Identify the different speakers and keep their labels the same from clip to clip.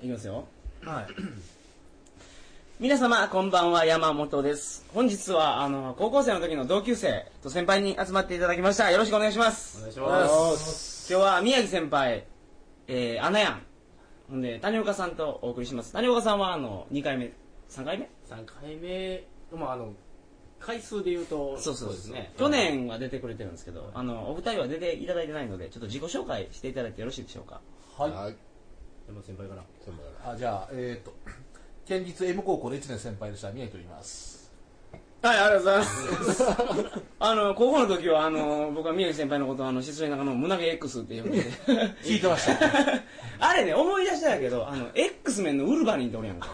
Speaker 1: いきますよ。
Speaker 2: はい。
Speaker 1: 皆様、こんばんは、山本です。本日は、あの、高校生の時の同級生と先輩に集まっていただきました。よろしくお願いします。
Speaker 2: お願いし
Speaker 1: お願いし
Speaker 2: ま。
Speaker 1: ます今日は、宮城先輩、えー、アナヤン、ほんで、谷岡さんとお送りします。谷岡さんは、あの、2回目、3回目
Speaker 3: 3回目、まあ、あの回数で言うとですね
Speaker 1: 去年は出てくれてるんですけど、あの、お二人は出ていただいてないので、ちょっと自己紹介していただいてよろしいでしょうか。
Speaker 2: はい。
Speaker 4: い。
Speaker 3: 山本先輩から
Speaker 4: こんばんは
Speaker 2: あ、じゃあ、えっと、 県立 M 高校で1年先輩でした、宮城と言います。
Speaker 1: はい、ありがとうございます。 あの、高校の時は、あの、僕は宮城先輩のことを、あの、失礼ながらの、胸毛 X って呼んで て。
Speaker 2: 聞いてました。
Speaker 1: あれね、思い出したんやけど、あの、X メンのウルバリンっておるやんか。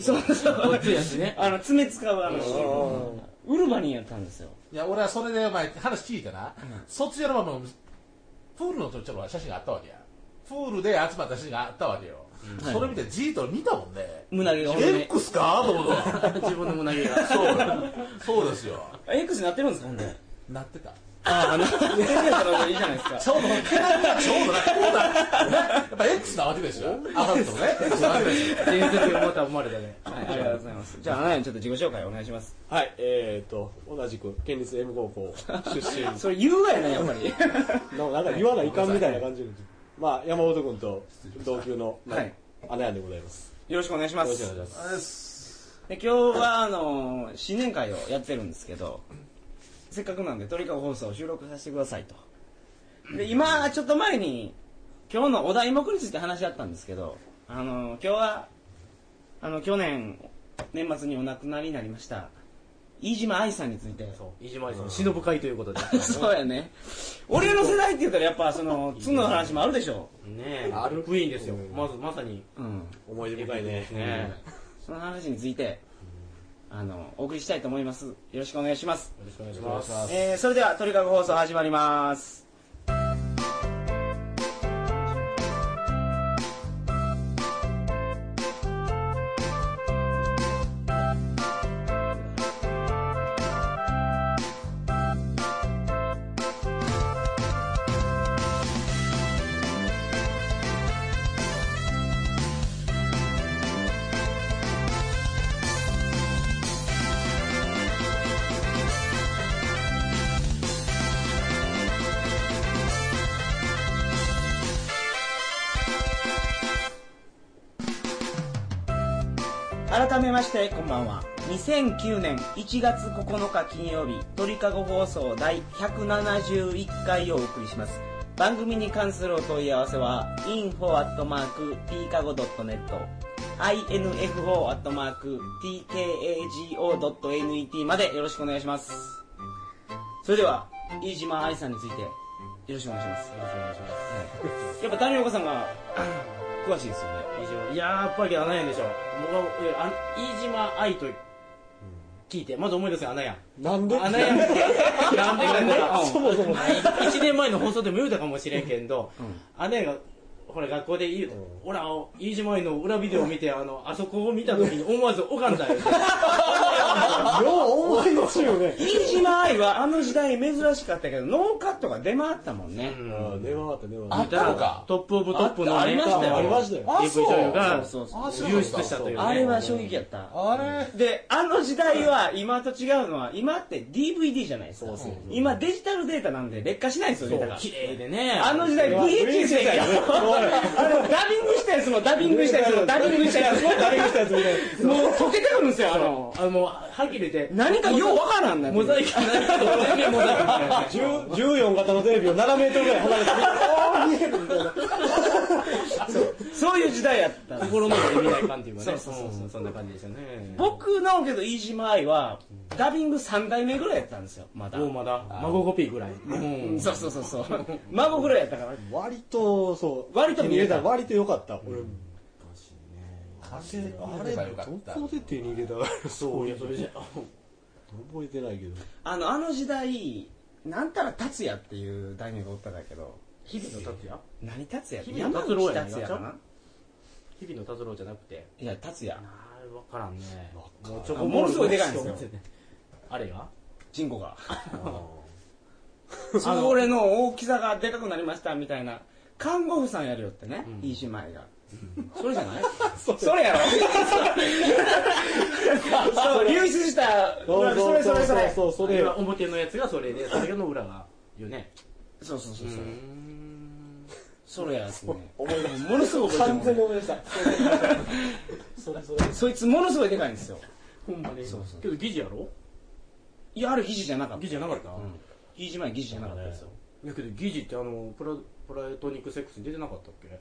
Speaker 1: そうそう。
Speaker 3: 熱いやつね
Speaker 1: あの、爪使うあの、ウルバリンやったんですよ。
Speaker 2: いや、俺はそれでお前、話聞いたな。卒業のまま、プールのとちょっと写真があったわけや。プールで集まった写真があったわけよ。それ見て、じーっと見たもんね。
Speaker 1: 胸毛がほんで
Speaker 2: X かと思った
Speaker 3: 自分の胸毛が
Speaker 2: そうよそうですよ。
Speaker 1: X になってるんですかほんで。
Speaker 2: なってた。
Speaker 1: ああ、なってるやったらいいじゃないですか。
Speaker 2: ちょうど、毛並みがちょうどな、こうだ。やっぱ X なわけですよ。アダルトのね。X なわけですよ。
Speaker 3: 伝説がまた生まれたね
Speaker 1: はい、ありがとうございます。じゃあ、あなたにちょっと自己紹介お願いします。
Speaker 5: はい、えー、と、同じく、県立 M 高校出
Speaker 1: それ言うわよね、やっぱ り。
Speaker 5: 身の、なんか言わないかんみたいな感じの、まあ、山本君と同級の、まあ
Speaker 1: はい
Speaker 5: アナヤンでございます。
Speaker 1: よろしくお願いしま
Speaker 5: よろしくお
Speaker 1: す
Speaker 5: 願。いします。
Speaker 1: で今日はあの新年会をやってるんですけどせっかくなんで鳥かご放送を収録させてくださいとで今ちょっと前に今日のお題目について話し合ったんですけどあの今日はあの去年年末にお亡くなりになりました飯島愛さんについて
Speaker 3: そう飯島愛さんの忍ぶ会ということでね
Speaker 1: そうやね俺の世代って言ったらやっぱそ の角の話もあるでしょ
Speaker 3: えアルクイーンですよまずまさに
Speaker 1: うん
Speaker 5: 思い出深いね。
Speaker 3: ね
Speaker 1: その話についてあのお送りしたいと思いますよろしくお願いします
Speaker 3: よろしくお願いします
Speaker 1: えー、それでは鳥かご放送始まります改めましてこんばんは2009年1月9日金曜日鳥かご放送第171回をお送りします番組に関するお問い合わせは info.tkago.net info.tkago.net までよろしくお願いしますそれでは飯島愛さんについてよろしくお願いします
Speaker 3: よろしくお願いしま
Speaker 1: やっぱ谷岡さん が詳しいですよね
Speaker 3: す以上いやーやっぱりアナヤンでしょ僕はえあ飯島愛と聞いてまず思い出せアナヤン
Speaker 5: なんで
Speaker 3: アナヤンってなんでかん だ
Speaker 5: そもそも。
Speaker 3: 1年前の放送でも言うたかもしれんけんど、姉がほら学校で言うと、ほら飯島愛の裏ビデオを見てあのあそこを見た時に思わず拝んだよ
Speaker 5: よう思い出すよね。
Speaker 1: 飯島愛はあの時代珍しかったけどノーカットが出回ったもんね、
Speaker 5: あ電話があった、電話が
Speaker 2: あ
Speaker 5: あっ
Speaker 2: ったのか。
Speaker 3: トップオブトップの
Speaker 1: あありましたよ
Speaker 5: た。ありましたよ。
Speaker 2: あ
Speaker 3: DV
Speaker 2: そう
Speaker 3: 女優が
Speaker 1: そうそう
Speaker 2: あそう
Speaker 3: 流出したというね
Speaker 1: あれは衝撃やった
Speaker 2: あれ
Speaker 1: であの時代は今と違うのは今って DVD じゃないですか今デジタルデータなんで劣化しないんですよデータが
Speaker 3: 綺麗でね
Speaker 1: あの時代 VHS やからあのダビングしたやつもダビングしたやつもダビングしたやつもダビングしたやつももう溶けてくるんですよあの
Speaker 3: あのもうはっきり言って
Speaker 1: 何かようわからんな
Speaker 3: モザイクないけど全然モザイクみたいなね
Speaker 5: 10 14型のテレビを7メートルぐらい離れて、ああ、見えるみたいな。
Speaker 1: そういう時代やったんです
Speaker 3: 心の中で見ない感っていうかね
Speaker 1: そうそうそうそうん
Speaker 3: そんな感じでしたね
Speaker 1: 僕のけど飯島愛はダビング3代目ぐらいやったんですよまだ
Speaker 3: もうまだ孫コピーぐらいうん
Speaker 1: そうそうそうそう 孫ぐらいやったから
Speaker 5: 割と、そう。
Speaker 1: 割と見えた
Speaker 5: 割と良かった。俺、
Speaker 2: あ
Speaker 5: あ
Speaker 2: れ
Speaker 5: れ、
Speaker 2: ば
Speaker 5: ど
Speaker 2: よかった。
Speaker 5: こで手に入れたか そう、いや、それ
Speaker 3: じゃ
Speaker 5: 覚えてないけど。
Speaker 1: あのあの時代なんたら達也っていう題名がおったんだけど
Speaker 3: 日々の達也
Speaker 1: 何達也って
Speaker 3: 日々の達郎や
Speaker 1: 山口
Speaker 3: ね
Speaker 1: 達也かな
Speaker 3: 日々の達郎じゃなくて
Speaker 1: いや達也
Speaker 3: あれ分からんねもうち
Speaker 1: あものすごいでかいんですよ
Speaker 3: あれが
Speaker 1: 人口がその俺の大きさがでかくなりましたみたいな看護婦さんやるよってね、いい姉妹がそれじゃない それやろそう流出したそ
Speaker 5: そう
Speaker 1: れそ
Speaker 5: そう
Speaker 1: れ
Speaker 5: そ
Speaker 1: そうれそ
Speaker 5: そう
Speaker 1: れ
Speaker 5: そうそ
Speaker 3: それ
Speaker 5: れ
Speaker 3: は表のやつがそれでそれの裏がよね
Speaker 1: そうそうそう
Speaker 3: う
Speaker 1: そうんそれやですね
Speaker 5: 思い出し
Speaker 1: ものすごい
Speaker 5: た
Speaker 1: 覚えて
Speaker 5: 完
Speaker 1: る
Speaker 5: 全に思い出した
Speaker 3: それそれ
Speaker 1: そいつものすごいでかいんですよ
Speaker 3: ほんまに
Speaker 1: そうそう
Speaker 3: けど疑似やろ
Speaker 1: いやあれ疑似じゃなかっ
Speaker 3: 疑似
Speaker 1: た
Speaker 3: じゃなかった
Speaker 1: ん疑似前疑似じゃなかったですよ
Speaker 3: だけど疑似ってあのプラプラトニックセックスに出てなかったっけ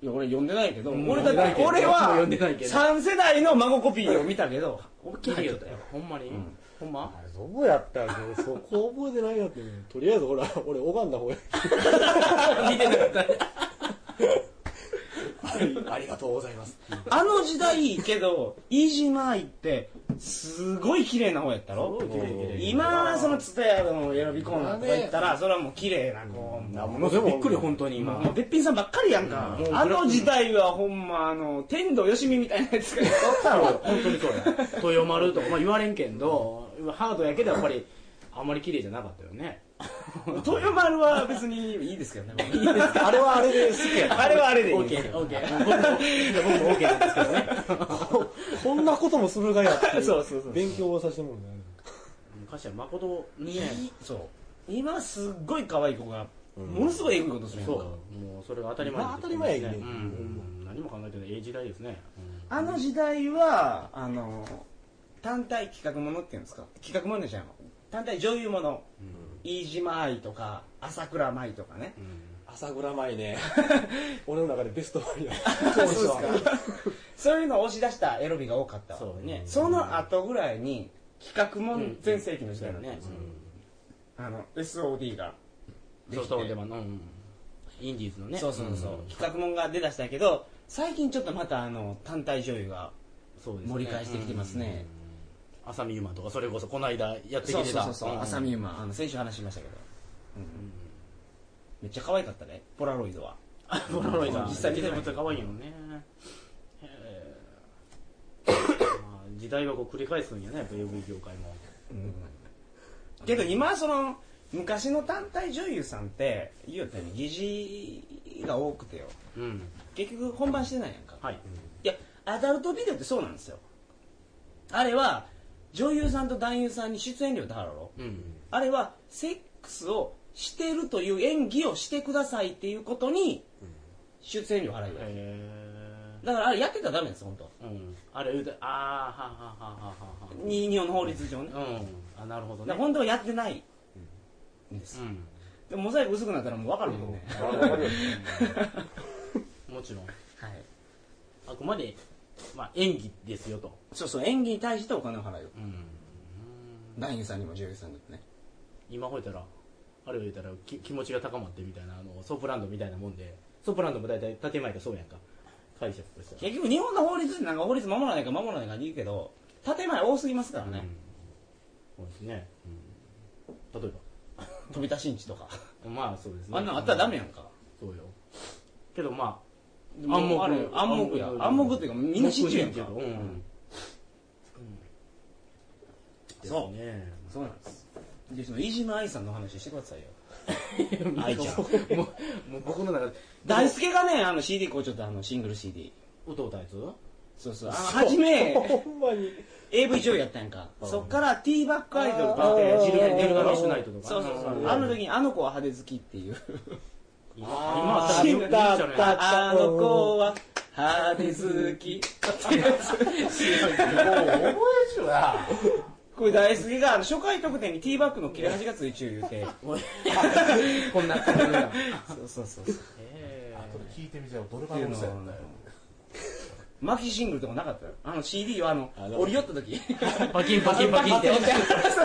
Speaker 1: いや俺読んでないけど
Speaker 3: うん
Speaker 1: 俺だって
Speaker 3: 読んでないけ
Speaker 1: 俺
Speaker 3: ど
Speaker 1: は
Speaker 3: 読んでないけど
Speaker 1: 3世代の孫コピーを見たけど
Speaker 3: 大
Speaker 1: きい入ってたよ
Speaker 3: ほんまに、
Speaker 1: ん
Speaker 3: ほんま
Speaker 5: あれどこやったんけそこ覚えてないやってとりあえずほら俺拝んだ方がい
Speaker 3: 見てなか った
Speaker 5: いありがとうございます
Speaker 1: あの時代いいけど飯島行ってすごい綺麗な方やったろ
Speaker 3: すごい綺麗綺麗
Speaker 1: 今そのツタヤの選びコーナーとか行ったらそれはもう綺麗なこうもう
Speaker 3: もうびっくり本当に今、
Speaker 1: もうべっぴんさんばっかりやんか、あの時代はほんまあの天童よしみみたいなやつがいっ ぱいおったろ
Speaker 3: 本当にそうや 豊丸とか、まあ、言われんけんどハードやけどやっぱりあんまり綺麗じゃなかったよね
Speaker 1: 豊丸は別にいいですけどね
Speaker 3: いいですか
Speaker 5: あれはあれで好きや
Speaker 1: あれはあれでいい
Speaker 3: オ
Speaker 1: ん
Speaker 3: ー
Speaker 1: で
Speaker 3: ケ
Speaker 1: す
Speaker 3: ー
Speaker 1: よ
Speaker 3: オーケー僕も僕もオーケーなんですけどね
Speaker 5: こんなこともするがやってい
Speaker 1: そうそうそう
Speaker 5: 勉強をさせてもらうね
Speaker 3: 昔は誠にね
Speaker 1: そう今すっごい可愛い子がものすごいエグいことするやん
Speaker 3: そ
Speaker 1: か、
Speaker 3: うもうそれが当たり前になってきて
Speaker 5: まあ当たり前や
Speaker 3: ね
Speaker 5: けど
Speaker 3: うんうん何も考えてないええ時代ですね、
Speaker 1: あの時代はあの単体企画ものっていうんですか企画ものじゃん単体女優もの、飯島愛とか朝倉舞とかね、
Speaker 5: 朝倉 前ね俺の中でベストバリア
Speaker 1: そうですかそういうのを押し出したエロビが多かったわ
Speaker 3: そうね
Speaker 1: その後ぐらいに企画もん全盛期の時代だ
Speaker 3: ね
Speaker 1: ね、あの SOD がで
Speaker 3: そう
Speaker 1: きて
Speaker 3: そうでも、うん、インディーズのね
Speaker 1: そうそうそう、企画もんが出だしたけど最近ちょっとまたあの単体女優が
Speaker 3: そうですね
Speaker 1: 盛り返してきてますね、
Speaker 3: 浅見ゆまとかそれこそこの間やってきて
Speaker 1: そ
Speaker 3: た
Speaker 1: うそうそうそう、
Speaker 3: ん
Speaker 1: 浅見馬あの先週話しましたけど、うんめっちゃ可愛かったねポラロイドは
Speaker 3: あポラロイド
Speaker 1: 実際見
Speaker 3: 見
Speaker 1: て
Speaker 3: て
Speaker 1: ない
Speaker 3: も可愛いよねへーまあ時代はこう繰り返すんやねやっぱ AV 業界も
Speaker 1: けど今その昔の単体女優さんって言うよね疑似が多くてよ
Speaker 3: うん
Speaker 1: 結局本番してないやんか、
Speaker 3: はい
Speaker 1: いやアダルトビデオってそうなんですよあれは女優さんと男優さんに出演料って払うろ
Speaker 3: うん
Speaker 1: あれはセックスをしてるという演技をしてくださいっていうことに出演料払うよ、
Speaker 3: へ
Speaker 1: だからあれやってたらダメです本当
Speaker 3: えうんあれ言うてああははははは
Speaker 1: に日本の法律上ね、
Speaker 3: ははうんあなるほど
Speaker 1: だから
Speaker 3: ね
Speaker 1: 本当はやってないんです、
Speaker 3: うん
Speaker 1: でもモザイク薄くなったらもう分かるもんね、
Speaker 3: もちろん
Speaker 1: はい
Speaker 3: あくまでまあ演技ですよと
Speaker 1: そうそう演技に対してお金を払うよ
Speaker 3: うん
Speaker 1: 男優さんにも女優さんにもね
Speaker 3: 今吠えたらあれを言ったらき気持ちが高まってみたいなあのソープランドみたいなもんでソープランドも大体建前がそうやんか解釈としては
Speaker 1: 結局日本の法律ってなんか法律守らないか守らないかに言うけど建前多すぎますからね、
Speaker 3: そうですね、例え
Speaker 1: 飛び出しんちとか
Speaker 3: ばまあそうですね
Speaker 1: あんなんあったらダメやんか
Speaker 3: そうよけどまあ
Speaker 1: 暗黙あれ暗黙や暗黙っていうかみんな知ってるやんか
Speaker 3: うん、うん
Speaker 1: そう
Speaker 3: ね
Speaker 1: そうなんですでその飯島愛さんの話してくださいよ
Speaker 3: 愛
Speaker 1: 愛
Speaker 3: ち
Speaker 1: ち
Speaker 3: ゃ
Speaker 1: ゃ
Speaker 3: ん
Speaker 1: ん
Speaker 3: もうもう僕の中で
Speaker 1: 大輔がねあの CD こうちょっとあのシングル CD
Speaker 3: 歌うたやつ
Speaker 1: そうそうあの初め
Speaker 5: ほんまに
Speaker 1: AV 女優やったやんかそっからティーバックアイドルと
Speaker 5: あ
Speaker 1: って
Speaker 5: ー
Speaker 1: ジルガ
Speaker 5: ジルガメッシュ
Speaker 3: ナイトとか
Speaker 1: そうそうそ
Speaker 3: うん
Speaker 1: うあの時にあの子は派手好きっていう
Speaker 3: 今
Speaker 5: あー
Speaker 3: 今
Speaker 5: 知った
Speaker 3: 見ちゃうね
Speaker 5: あった
Speaker 1: あの子は派手好きってやつ
Speaker 2: 覚えちゅうな。
Speaker 1: これ大好きがあの初回特典にティーバッグの切れ端がついちゅう言うて
Speaker 3: こんな感じだ
Speaker 1: そうそうそうそう
Speaker 3: え
Speaker 2: あとで聞いてみちゃう。どれ
Speaker 1: っ
Speaker 2: が
Speaker 1: て
Speaker 2: う
Speaker 1: い
Speaker 2: る
Speaker 1: うの
Speaker 2: さいん
Speaker 1: を
Speaker 2: だよ。
Speaker 1: マキシングルとかなかったよあの CD をあの
Speaker 5: あの
Speaker 1: 折り寄った時
Speaker 3: ーパキンパキンパキンってはい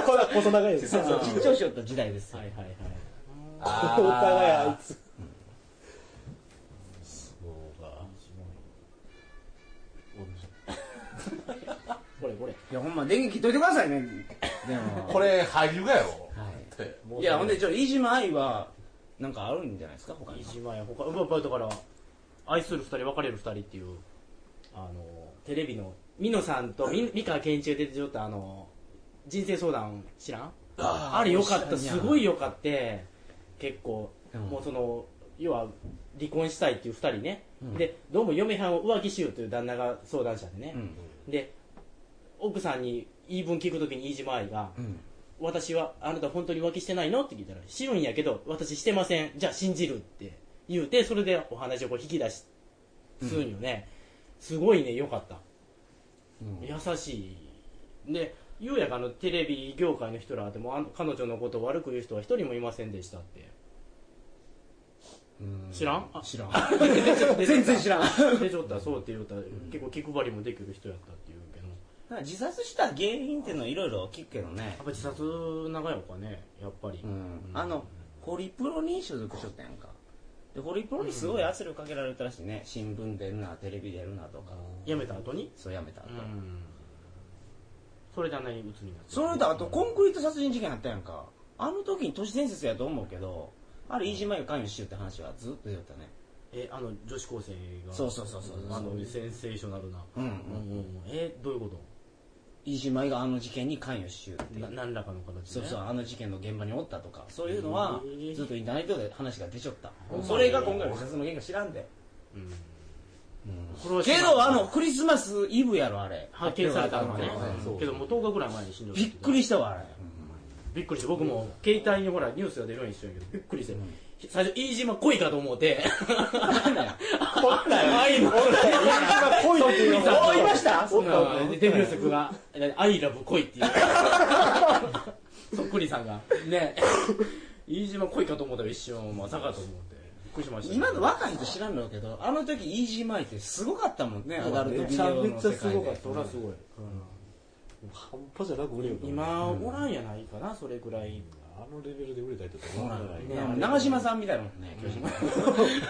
Speaker 5: こんな細長いです
Speaker 1: そうそう緊張しよった時代ですよ
Speaker 3: はいはい
Speaker 5: お互いあいつ
Speaker 2: そうか。
Speaker 3: これこれ
Speaker 1: いやほんま電源切っといてくださいねでも
Speaker 2: これ、俳優がよ。
Speaker 1: はい
Speaker 2: って
Speaker 1: いやほんでちょ飯島愛はなんかあるんじゃないですか他に
Speaker 3: 飯島や他うんまあだから愛する二人別れる二人っていうあのテレビの美濃さんと み美川憲一が出てちょったあの人生相談知らんあれよかったすご
Speaker 1: い
Speaker 3: いよかって結構
Speaker 1: うん
Speaker 3: もうその要は離婚したいっていう2人ね、でどうも嫁はんを浮気しようという旦那が相談者でね、で奥さんに言い分聞くときに飯島愛が、私はあなた本当に浮気してないの?」って聞いたら「しようんやけど私してませんじゃあ信じる」って言うてそれでお話をこう引き出しするんよね、すごいねよかった、優しいでゆうやがあのテレビ業界の人らでもあの彼女のことを悪く言う人は一人もいませんでしたって知らん あ
Speaker 1: 知らん全
Speaker 3: 全
Speaker 1: 然知らん
Speaker 3: でちょっとそうって言うたら結構気配りもできる人やったっていうけどや
Speaker 1: 自殺した原因っていうのいろいろ聞くけどね
Speaker 3: っぱ自殺長いのかねやっぱり、
Speaker 1: うんあのホリプロに所属しとったやんかでホリプロにすごい圧力かけられたらしいね新聞出るなテレビ出るなとか
Speaker 3: 辞めた後に
Speaker 1: そうやめたと
Speaker 3: うんそれじゃない鬱になって
Speaker 1: それとあとコンクリート殺人事件あったやんかあの時に都市伝説やと思うけどあれ飯島が関与してるって話はずっと言ったね
Speaker 3: えあの女子高生が
Speaker 1: そうそうそうそう
Speaker 3: あのセンセーショナルな
Speaker 1: うんうん
Speaker 3: うんうんえどういうこ
Speaker 1: 飯島があの事件に関与しようって
Speaker 3: と
Speaker 1: いう
Speaker 3: な何らかの形で
Speaker 1: そうそうあの事件の現場におったとかそういうのは
Speaker 3: へー
Speaker 1: ずっとインターネットで話が出ちょったそれが今回の自殺の原因か知らんで
Speaker 3: うんこれは知ら
Speaker 1: け
Speaker 3: ん
Speaker 1: どあのクリスマスイブやろあれ
Speaker 3: 発見されたのがね
Speaker 1: 発見されたのが
Speaker 2: そう
Speaker 3: けどもう10日ぐらい前に死んじゃ
Speaker 1: びっくりしたわあれ
Speaker 3: びっくりして僕も携帯にほらニュースが出るようにしてるけどびっくりして最初飯島恋かと思うて
Speaker 1: なんだよ
Speaker 3: あ愛の
Speaker 5: 恋っていうの
Speaker 1: おいました
Speaker 5: おったおった
Speaker 3: デビュー作が「アイラブ恋」っていうそっくりさんがね飯島恋かと思ったら一瞬まさかと思ってびっくりしました
Speaker 1: 今の若い人知らんのやけどあの時イージーマイってすごかったもんねアダルトビ
Speaker 5: め
Speaker 1: デ
Speaker 5: ちゃ
Speaker 1: オ
Speaker 5: め
Speaker 1: の
Speaker 5: ちゃ
Speaker 1: 世
Speaker 5: す
Speaker 1: 界
Speaker 5: ごかっ
Speaker 1: で
Speaker 5: たそりゃすごい半端じゃなく売れよ
Speaker 3: 今おらんやないかなそれぐらい
Speaker 5: あのレベルで売れた人って
Speaker 1: ほ
Speaker 5: 思わ
Speaker 1: ら
Speaker 5: ない
Speaker 1: ね長嶋さんみたいなもんね巨人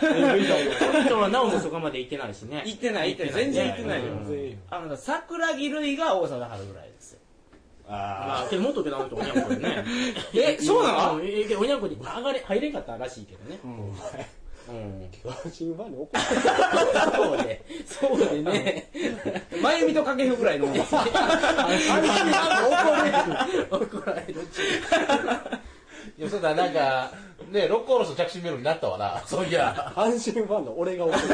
Speaker 3: 彼女はなおもそこまで行ってないしね
Speaker 1: 行ってない行ってない全然行ってないよ
Speaker 5: 全然いいよ
Speaker 1: あの桜木瑠衣が大沢春ぐらいですよ
Speaker 5: あ
Speaker 3: まあ、けどもっとけどあの人おにゃんこでね
Speaker 1: えそうなの
Speaker 3: んええおにゃんこに上がれ入れんかったらしいけどねうん
Speaker 5: あ巨人ファンに怒って
Speaker 3: そうでそうでね
Speaker 1: 真由美と掛布ぐらいの
Speaker 3: 怒られる
Speaker 2: いや、そうだ、なんか、ね、六甲おろしの着信メロになったわな。そういや。
Speaker 5: 阪神ファンの俺が怒って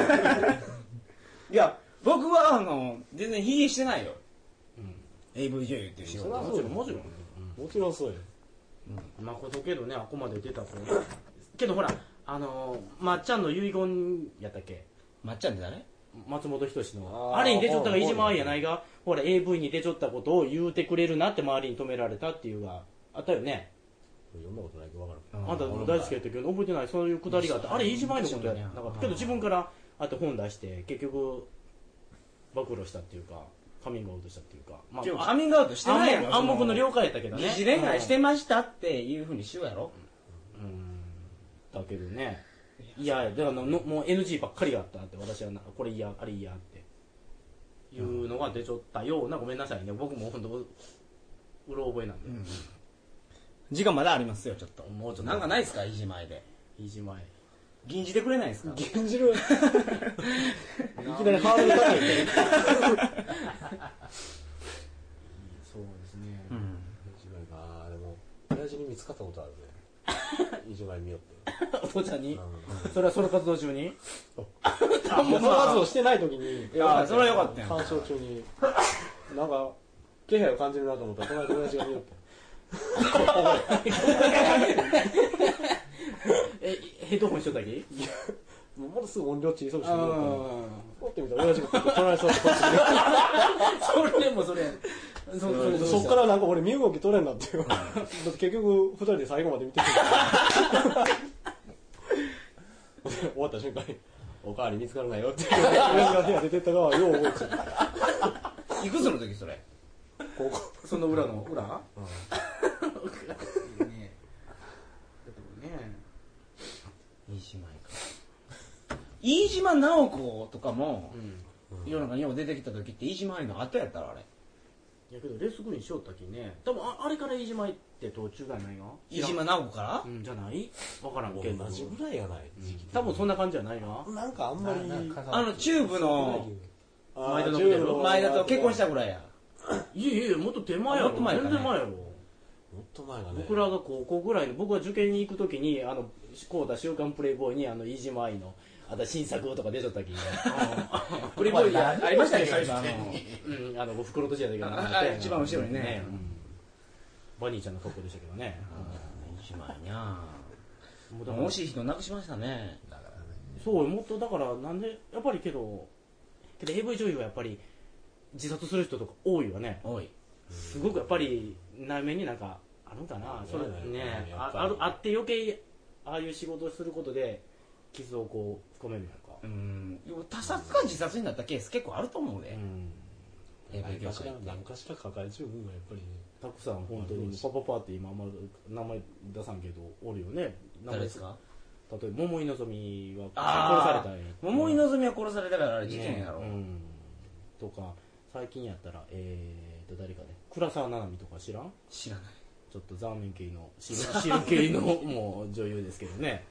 Speaker 1: いや僕はあの全然ヒゲしてないよ AV 女優っていう仕事
Speaker 3: もちろんもちろん
Speaker 5: もちろんそうよ
Speaker 3: まことけどねあここまで出たと思うけどほらあのーまっちゃんの遺言やったっけ
Speaker 1: まっちゃんって誰
Speaker 3: 松本人志の
Speaker 5: あー
Speaker 3: あれに出ちょったが飯島愛やないがほら AV に出ちょったことを言うてくれるなって周りに止められたっていうがあったよね
Speaker 5: 読んだことないけど分からん
Speaker 3: あんた大好きやったけど覚えてないそういうくだりがあってあれ飯島愛のことやなかったけど自分からあと本出して結局暴露したっていうかカミングアウトしたっていうかま
Speaker 1: でも
Speaker 3: あ
Speaker 1: カミングアウトしてないや
Speaker 3: 暗
Speaker 1: ろ
Speaker 3: 黙暗黙の了解やったけどね
Speaker 1: 二次恋愛してましたっていうふうにしようやろ
Speaker 3: だけどねいやだからののもう NG ばっかりがあったって私はなこれ嫌あれ嫌っていうのが出ちゃったようなごめんなさいね僕も本当うろ覚えなんで、
Speaker 1: 時間まだありますよちょっと
Speaker 3: もうちょっと
Speaker 1: なんかないですか維持前で
Speaker 3: 飯前
Speaker 1: 銀じてくれないですか
Speaker 5: 銀じるいきなりハードル高いね
Speaker 3: そうですね、
Speaker 5: 一枚かでも親父に見つかったことあ るね一枚見よって
Speaker 3: お父ちゃんに、それはソロ活動中に
Speaker 5: あもう活動してない時に
Speaker 1: いやそれはよかったよ
Speaker 5: 鑑賞中になんか気配を感じるなと思ったらこの間親父が見よって
Speaker 3: えヘッドホンしとったき
Speaker 5: もうものすぐ音量小さくしてみ
Speaker 3: う
Speaker 5: よう
Speaker 3: ん
Speaker 5: と思ってみたら親父が取られそうだった
Speaker 3: それもそれそそれどう
Speaker 5: そ
Speaker 3: し
Speaker 5: ったからなんか俺身動き取れんなっていうだって結局二人で最後まで見てて終わった瞬間に「おかわり見つからないよ」って言って親父が部屋出てった側はよう覚えてる
Speaker 1: いくつの時それ
Speaker 5: 高校
Speaker 3: その裏の裏、うん、ねだってもうね
Speaker 1: 飯島か飯島直子とかも、世の中によう出てきた時って飯島愛の後やったらあれ
Speaker 3: いやけどレースグリーンしよったきね多分ああれから飯島行って途中じゃないの
Speaker 1: 飯島直子から
Speaker 3: うんじゃない分からんけど
Speaker 5: 同じぐらいやない時期
Speaker 3: 多分そんな感じじゃないな
Speaker 5: なんかあんまり
Speaker 1: あのチューブの
Speaker 5: あー
Speaker 3: 前田信弘
Speaker 5: 柔道
Speaker 1: 前田と結婚したぐらいや
Speaker 3: いやいやもっと手前や
Speaker 1: もっ
Speaker 3: ろ
Speaker 1: と前かね
Speaker 3: 全然前やろ
Speaker 5: うもっと前だね
Speaker 3: 僕らが高校ぐらいの僕は受験に行く時にあのこうた週刊プレイボーイにあの飯島愛のあと新作とか出ちゃったきに
Speaker 1: プレイボーイありましたよね今
Speaker 2: まあ
Speaker 1: あ
Speaker 3: うんあのお袋とじやだけど
Speaker 1: のあ
Speaker 3: な
Speaker 1: あ一番後ろにね
Speaker 3: ねうんバニーちゃんの格好でしたけどね、
Speaker 1: 一枚にゃ
Speaker 3: もうだから
Speaker 1: 惜しい人なくしましたね
Speaker 2: だからね
Speaker 3: そうもっとだからなんでやっぱりけどけど AV 女優はやっぱり自殺する人とか多いよね
Speaker 1: おい
Speaker 3: すごくやっぱり内面になんかあるんかな、それ
Speaker 5: うん
Speaker 3: ね
Speaker 5: や
Speaker 3: あ
Speaker 5: っぱり
Speaker 3: あるあって余計ああいう仕事をすることで傷をこう深めるやんか、
Speaker 1: うん他殺か自殺になったケース結構あると思う
Speaker 3: う
Speaker 1: ね
Speaker 3: ん、
Speaker 1: え
Speaker 5: 何
Speaker 1: 業
Speaker 5: かし
Speaker 1: 界
Speaker 5: ら
Speaker 1: って
Speaker 5: 何かしら抱えちゅう分がやっぱりね
Speaker 3: たくさん本当にパパパって今あんまり名前出さんけどおるよね名前
Speaker 1: 誰ですか
Speaker 3: 例えば桃井のぞみは殺さ
Speaker 1: あー
Speaker 3: れたんや
Speaker 1: 桃井のぞみは殺されたからあれ
Speaker 3: うん
Speaker 1: 事件やろ
Speaker 3: うんとか最近やったらえーと誰かね倉沢ななみとか知らん
Speaker 1: 知らない
Speaker 3: ちょっとザーメン系の汁 汁系のもう女優ですけどね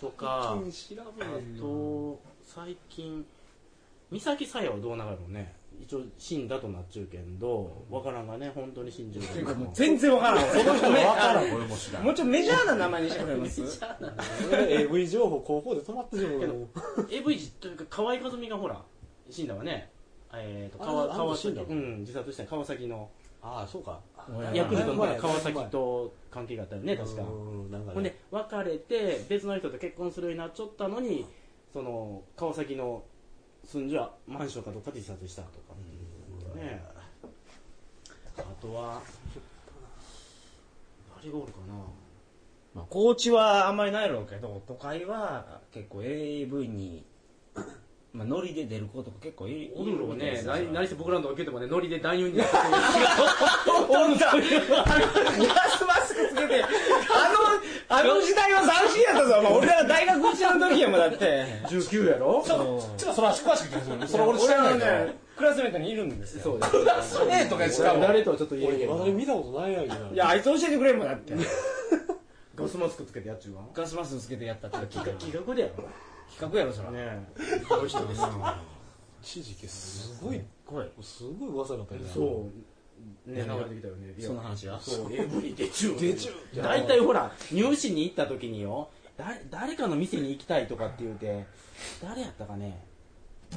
Speaker 3: とか
Speaker 5: 調べ
Speaker 3: あと最近三崎さやはどうなるのね一応死んだとなっちゅうけんどわからんがね本当に死んじゃうけど
Speaker 1: もう全然わからんその人
Speaker 2: 分からん俺も知ら ん
Speaker 1: もうちょっとメジャーな名前にしてくれます
Speaker 5: AV 情報高校で止まってるよ
Speaker 3: けど
Speaker 5: もう
Speaker 3: AV というか河合和美がほら死んだわねえーと
Speaker 5: あ
Speaker 3: 川
Speaker 5: あ
Speaker 3: 川
Speaker 5: 死ん
Speaker 3: 崎
Speaker 5: だの
Speaker 3: うん自殺した川崎の
Speaker 5: ああそうか
Speaker 3: ヤクルトの
Speaker 5: だいぶ前
Speaker 3: 川崎と関係があったよね確か
Speaker 5: うんなんか
Speaker 3: ほん
Speaker 5: ね
Speaker 3: で別れて別の人と結婚するようになっちゃったのにその川崎の住んじゃマンションかどっかで自殺したとかっていうねあとは誰がおるかな
Speaker 1: まあ高知はあんまりないやろうけど都会は結構 AV にまあノリで出る子とか結構いる
Speaker 3: おるろうね
Speaker 1: い
Speaker 3: 何何せ僕らのとこ受けてもねノリで男優になって
Speaker 1: おんだガスマスクつけてあのあの時代は斬新やったぞ、まあ、俺らが大学一年の時やもんだって
Speaker 3: 19やろ
Speaker 2: ちょっとそれは詳しく聞いてくださいそれ俺知
Speaker 1: 俺
Speaker 2: らな
Speaker 1: の
Speaker 2: いから
Speaker 1: ねクラスメートにいるんですよ
Speaker 3: そうですね
Speaker 2: ねえとかしかも
Speaker 3: 誰とはちょっと言えん
Speaker 5: 俺
Speaker 3: け
Speaker 5: 今まで
Speaker 3: ど
Speaker 5: 見たことないやんけない
Speaker 1: やあいつ教えてくれんもんだって
Speaker 3: ガスマスクつけてやっちゅうわ
Speaker 1: ガスマスクつけてやったって企
Speaker 3: 企画でやろ
Speaker 1: 画やろそら、
Speaker 3: ね
Speaker 1: こういう人ですよ
Speaker 5: 一時期すごい
Speaker 1: 来い
Speaker 5: すごい噂になったよね
Speaker 3: そうね流
Speaker 1: 何
Speaker 3: れ
Speaker 1: が
Speaker 3: てきたよねいや
Speaker 1: その話は
Speaker 3: そう AV 出ちゅう
Speaker 5: 出ちゅう
Speaker 3: 大体ほら入試に行った時によだ誰かの店に行きたいとかって言うて誰やったかね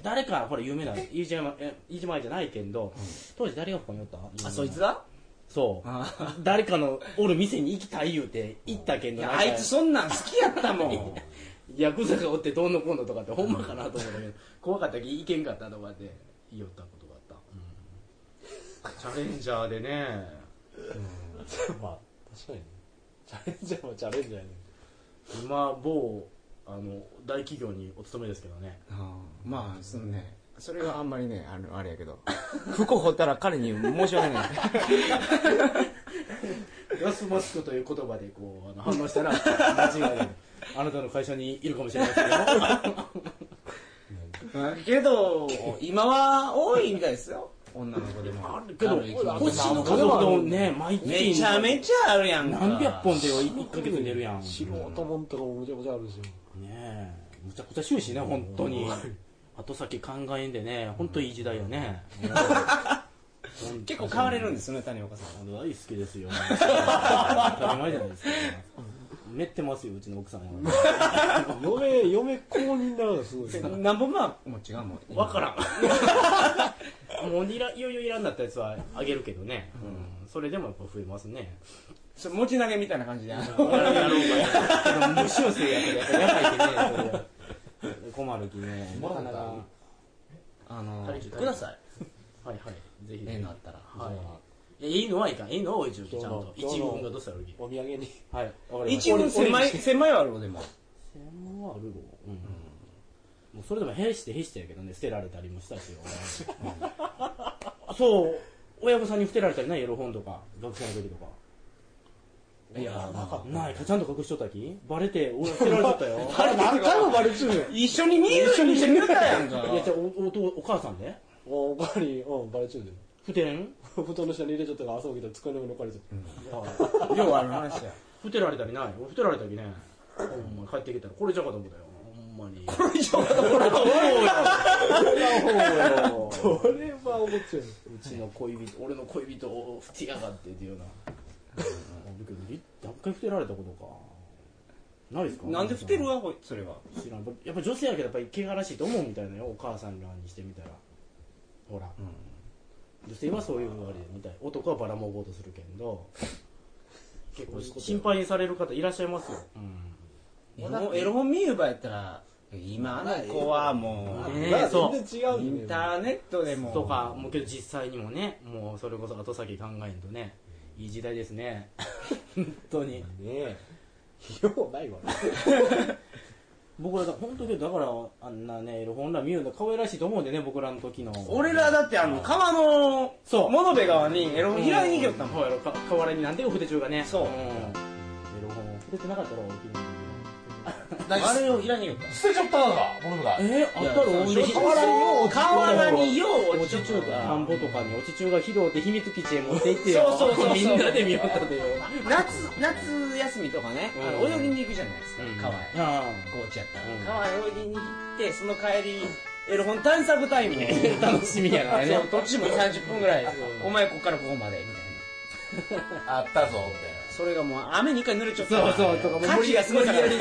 Speaker 3: 誰かほら有名な飯島え飯島愛じゃないけんど、当時誰が他におった
Speaker 1: あそいつだ
Speaker 3: そう
Speaker 1: あ
Speaker 3: 誰かのおる店に行きたい言うて行ったけん
Speaker 1: い
Speaker 3: ど
Speaker 1: や
Speaker 3: なんか
Speaker 1: あいつそんなん好きやったも ん
Speaker 3: ヤクザがおってどうのこうのとかってほんまかなと思うんだけど怖かったき行けんかったとかって言おったことがあった、チャレンジャーでね
Speaker 5: まあ確かにねチャレンジャーはチャレンジャーやね
Speaker 3: 今某あの大企業にお勤めですけどね
Speaker 1: まあそのねそれがあんまりねあのあれやけど服を掘ったら彼に申し訳ない
Speaker 3: ガスマスクという言葉でこうあの反応した ら間違いないあなたの会社にいるかもしれないけど
Speaker 1: けど今は多いみたいですよ女の子でもある
Speaker 3: けど星の家族のね毎月
Speaker 1: めちゃめちゃあるやんか
Speaker 3: 何百本でよ1ヶ月に出るやん
Speaker 5: 素人もんとかもむちゃくちゃあるし
Speaker 3: ねえむちゃくちゃ終始ね本当に後先考えんでね本当いい時代よね
Speaker 1: 結構買われるんですよね谷岡さん
Speaker 3: あの大好きです よ当たり前じゃないです かめってますようちの奥さんは
Speaker 5: 嫁嫁公認だからすごい
Speaker 1: 何本まあもう違うもん
Speaker 3: わからん もうにらいよいよいらんなったやつはあげるけどね、うんそれでもやっぱ増えますね
Speaker 1: それ持ち投げみたいな感じであ
Speaker 3: や
Speaker 1: の
Speaker 3: ろうかなでも無修正やけどやっぱやばいきねそれ困るきねな
Speaker 2: もら
Speaker 3: か
Speaker 2: った
Speaker 3: なかは
Speaker 1: あの
Speaker 3: 足りちゃう
Speaker 1: ください
Speaker 3: いはいぜひ
Speaker 1: ええのあったら
Speaker 3: はいいやいいのはいいかんいいのはおいちゅうきちゃんと
Speaker 5: どうぞ
Speaker 3: 一軍がどうしたらいいき
Speaker 5: お土産に
Speaker 3: はいわかりました
Speaker 1: 一応狭い狭いはあるよでも
Speaker 3: 専門はあるろうん、もうそれでも兵士って兵士ってやけどね捨てられたりもしたしよ、うんそう親御さんに捨てられたりないやろ本とか学生の時とか
Speaker 1: いやまあ
Speaker 3: ないかちゃんと隠しとったきバレて俺捨てられちゃ ったよ
Speaker 5: あれ何回もバレちゅうねん
Speaker 1: 一緒に見る一緒に見たやんか
Speaker 3: いやじゃあおお父お母さんで
Speaker 5: おおかわりうんバレち ゅうねん
Speaker 3: 不天
Speaker 5: 布団の下に入れちゃったから朝起きたら机の上に置かれちゃった
Speaker 1: ようある話や
Speaker 3: 捨てられたりない俺捨てられたきねほんまに帰ってきたらこれじゃかと思ったよほんまにこれじゃかと思った よ
Speaker 5: それは思っちゃう
Speaker 3: うちの恋人俺の恋人を捨てやがってっていうような何回ふてられたことかないですか
Speaker 1: なんで捨てるわほいそれは
Speaker 3: 知らんやっぱ女性やけどやっぱり毛がらしいと思うみたいなよお母さんらにしてみたらほら、女性はそういうのがあれみたい男はバラもぼうとするけど結構心配にされる方いらっしゃいますよ、
Speaker 1: エロエロ本見ればやったら今の子はもう
Speaker 3: ねえ そう
Speaker 5: 全然違う
Speaker 1: インターネットでも
Speaker 3: とかもうけど実際にもねもうそれこそ後先考えんとねいい時代です ね本当に
Speaker 5: ねえようないわ
Speaker 3: 僕らだ本当にだからあんなね本ら見るの可愛らしいと思うんでね僕らの時の
Speaker 1: 俺らだってあの川の
Speaker 3: そう
Speaker 1: 物部川にエロ本開いに行きよったもん
Speaker 3: そうやろか河原になんでよ筆中がね
Speaker 1: そうん
Speaker 3: エロ本筆てなかったろ君
Speaker 2: 何
Speaker 1: あれを開いに行きよっ
Speaker 2: 捨てちゃったのか物が
Speaker 3: えー、あったろ
Speaker 1: い
Speaker 3: で
Speaker 1: や
Speaker 3: ひ
Speaker 1: 河原によう河原によう
Speaker 3: 落ち中が田んぼとかに落ち中が拾うて秘密基地へ持って行ってよ
Speaker 1: そうそうそうそう
Speaker 3: みんなで見よったでよ
Speaker 1: た夏夏休みとかねあの
Speaker 3: うん
Speaker 1: 泳ぎに行くじゃないですか川へ
Speaker 3: ああ
Speaker 1: 高知やった
Speaker 3: うん
Speaker 1: ら川へ泳ぎに行ってその帰りエロ本探索タイム
Speaker 3: 楽しみやなね
Speaker 1: そうどっちも30分ぐらいお前こっからここまでみたいな
Speaker 2: あったぞ
Speaker 1: それがもう雨に一回濡れちゃった
Speaker 3: そうそうとかもう
Speaker 1: 価値がすごいから
Speaker 3: もうい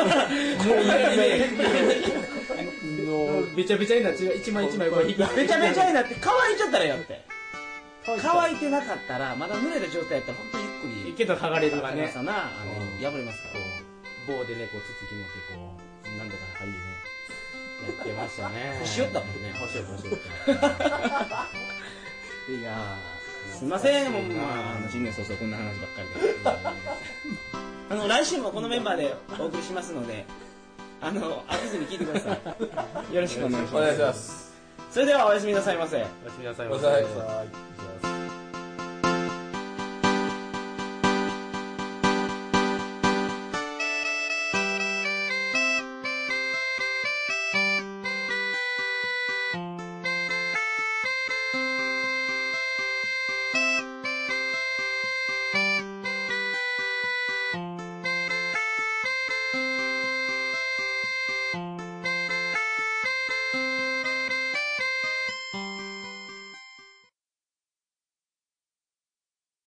Speaker 3: やもうべちゃべちゃになっちゃう一枚一枚これ引き
Speaker 1: べちゃべちゃになって乾いちゃったらよって乾
Speaker 3: い
Speaker 1: い てなかったらまだ濡れた状態やったら本当にゆっくり
Speaker 3: けど剥がれるがね
Speaker 1: さなあの破れますか
Speaker 3: こう棒でねこうつつき持ってこうなんだかはいねやってましたね
Speaker 1: 腰折ったもんね
Speaker 3: 腰折った腰折 っ
Speaker 1: らいやーすいませんもうまああの新年早々こんな話ばっかりであの来週もこのメンバーでお送りしますのであの飽きずに聞いてくださ いよろしくお願いし
Speaker 2: お
Speaker 1: ま
Speaker 2: 願いし
Speaker 1: す
Speaker 2: ます
Speaker 1: それではおやすみなさいませ
Speaker 3: たおやすみなさい
Speaker 2: お疲れ様でした